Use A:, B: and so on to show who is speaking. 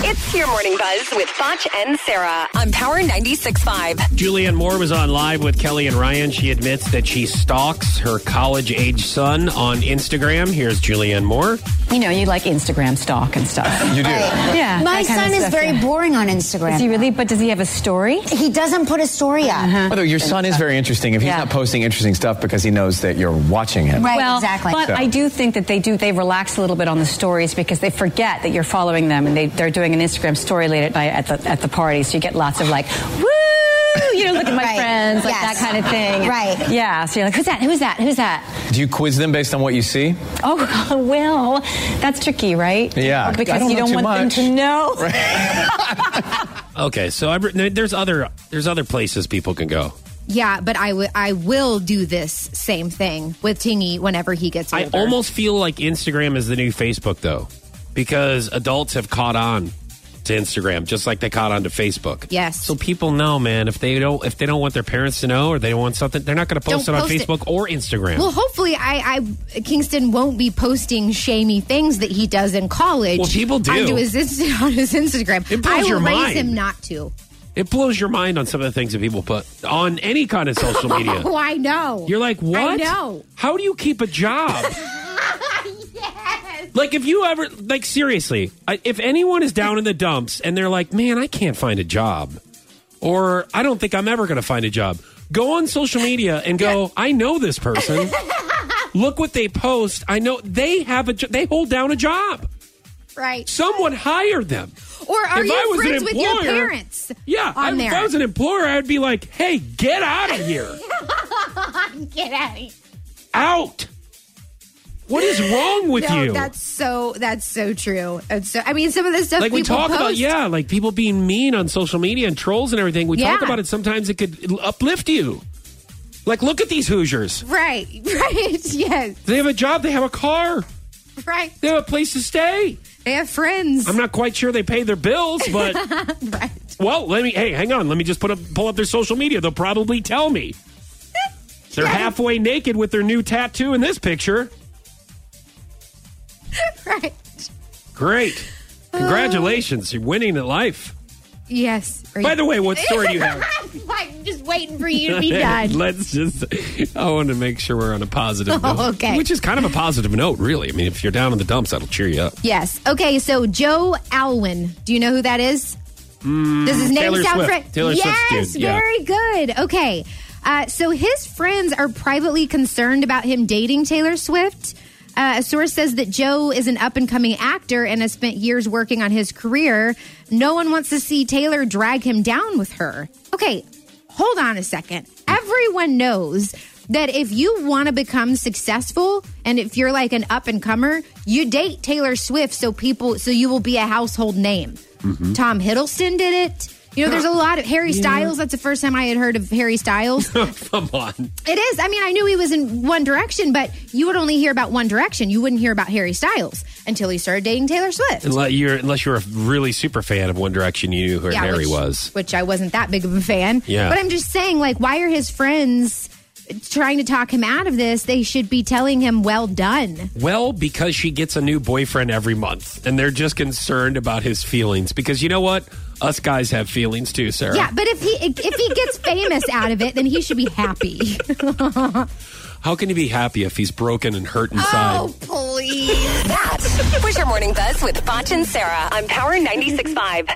A: It's your morning buzz with Foch and Sarah on Power 96.5.
B: Julianne Moore was on live with Kelly and Ryan. She admits that she stalks her college age son on Instagram. Here's Julianne Moore.
C: You know, you like Instagram stalk and stuff.
D: You do.
C: Yeah.
E: My
C: that kind of
E: son is
C: stuff,
E: very
C: yeah.
E: boring on Instagram.
C: Is he really? But does he have a story?
E: He doesn't put a story up.
C: Uh-huh.
D: By the way, your son is very interesting. If he's
C: Yeah.
D: not posting interesting stuff because he knows that you're watching him.
E: Right,
C: Well,
E: exactly.
C: but I do think that they do. They relax a little bit on the stories because they forget that you're following them, and they, they're doing an Instagram story late at night at the at the party. So you get lots of like, woo, you know, look at my
E: Right.
C: friends, like
E: Yes.
C: that kind of thing.
E: Right.
C: Yeah. So you're like, who's that? Who's that? Who's that?
D: Do you quiz them based on what you see?
C: Oh, well, that's tricky, right?
D: Yeah. I
C: Because
D: don't
C: you
D: know
C: don't
D: too
C: want
D: much.
C: them to know.
B: Okay, so I've, written- there's other there's other places people can go.
F: Yeah, but I wi- I will do this same thing with Tingy whenever he gets older.
B: I almost feel like Instagram is the new Facebook though, because adults have caught on to Instagram just like they caught on to Facebook.
F: Yes.
B: So people know, man, if they don't if they don't want their parents to know or they don't want something, they're not going to post
F: Don't
B: it on
F: post it.
B: Facebook or Instagram.
F: Well, hopefully, I, I Kingston won't be posting shamey things that he does in college.
B: Well, people do.
F: onto his, Inst- on his Instagram.
B: It blows
F: I will
B: your
F: raise
B: mind.
F: him not to.
B: it blows your mind on some of the things that people put on any kind of social media.
F: Oh, I know.
B: You're like, what?
F: I know.
B: How do you keep a job?
F: yes.
B: like, if you ever, like, seriously, I- if anyone is down in the dumps and they're like, man, I can't find a job, or I don't think I'm ever going to find a job, go on social media and go, I know this person. Look what they post. I know they have a, jo- they hold down a job.
F: Right.
B: Someone hired them.
F: Or are
B: if
F: you
B: I was
F: friends
B: an
F: with your
B: employer-
F: parents?
B: Yeah, I,
F: On there.
B: if I was an employer, I'd be like, hey, get out of here.
F: Get out of here.
B: out. What is wrong with
F: No,
B: you?
F: that's so that's so true. And so I mean, some of this stuff
B: like
F: people
B: we talk
F: post,
B: about yeah like people being mean on social media and trolls and everything we talk
F: Yeah.
B: about it sometimes it could uplift you like look at these hoosiers
F: Right. Right. Yes.
B: they have a job they have a car
F: Right.
B: they have a place to stay
F: They have friends.
B: i'm not quite sure they pay their bills but
F: right.
B: well let me hey hang on let me just put up pull up their social media they'll probably tell me they're halfway naked with their new tattoo in this picture
F: Right.
B: great
F: Oh.
B: congratulations you're winning at life
F: Yes.
B: by the way what story do you have
F: I'm just waiting for you to be done.
B: Let's just. I want to make sure we're on a positive
F: Oh,
B: note.
F: okay.
B: Which is kind of a positive note, really. I mean, if you're down in the dumps, that'll cheer you up.
F: Yes. Okay. So Joe Alwyn. Do you know who that is? Does his name
B: Hmm, Taylor
F: sound
B: Swift.
F: fri-
B: Taylor Swift's
F: yes.
B: dude, yeah.
F: Very good. Okay. Uh, so his friends are privately concerned about him dating Taylor Swift. Uh, a source says that Joe is an up and coming actor and has spent years working on his career. No one wants to see Taylor drag him down with her. Okay, hold on a second. Everyone knows that if you want to become successful and if you're like an up and comer, you date Taylor Swift so people so you will be a household name. Tom Hiddleston did it. You know, there's a lot of Harry Styles. That's the first time I had heard of Harry Styles.
B: Come on.
F: It is. I mean, I knew he was in One Direction, but you would only hear about One Direction. You wouldn't hear about Harry Styles until he started dating Taylor Swift.
B: Unless you're, unless you're a really super fan of One Direction, you knew who Harry
F: which,
B: was.
F: Which I wasn't that big of a fan.
B: Yeah.
F: But I'm just saying, like, why are his friends trying to talk him out of this? They should be telling him, well done.
B: Well, because she gets a new boyfriend every month, and they're just concerned about his feelings. Because you know what? Us guys have feelings too, Sarah.
F: Yeah, but if he if he gets famous out of it, then he should be happy.
B: How can you be happy if he's broken and hurt inside?
F: Oh, please.
A: That was your morning buzz with Foch and Sarah on Power 96.5.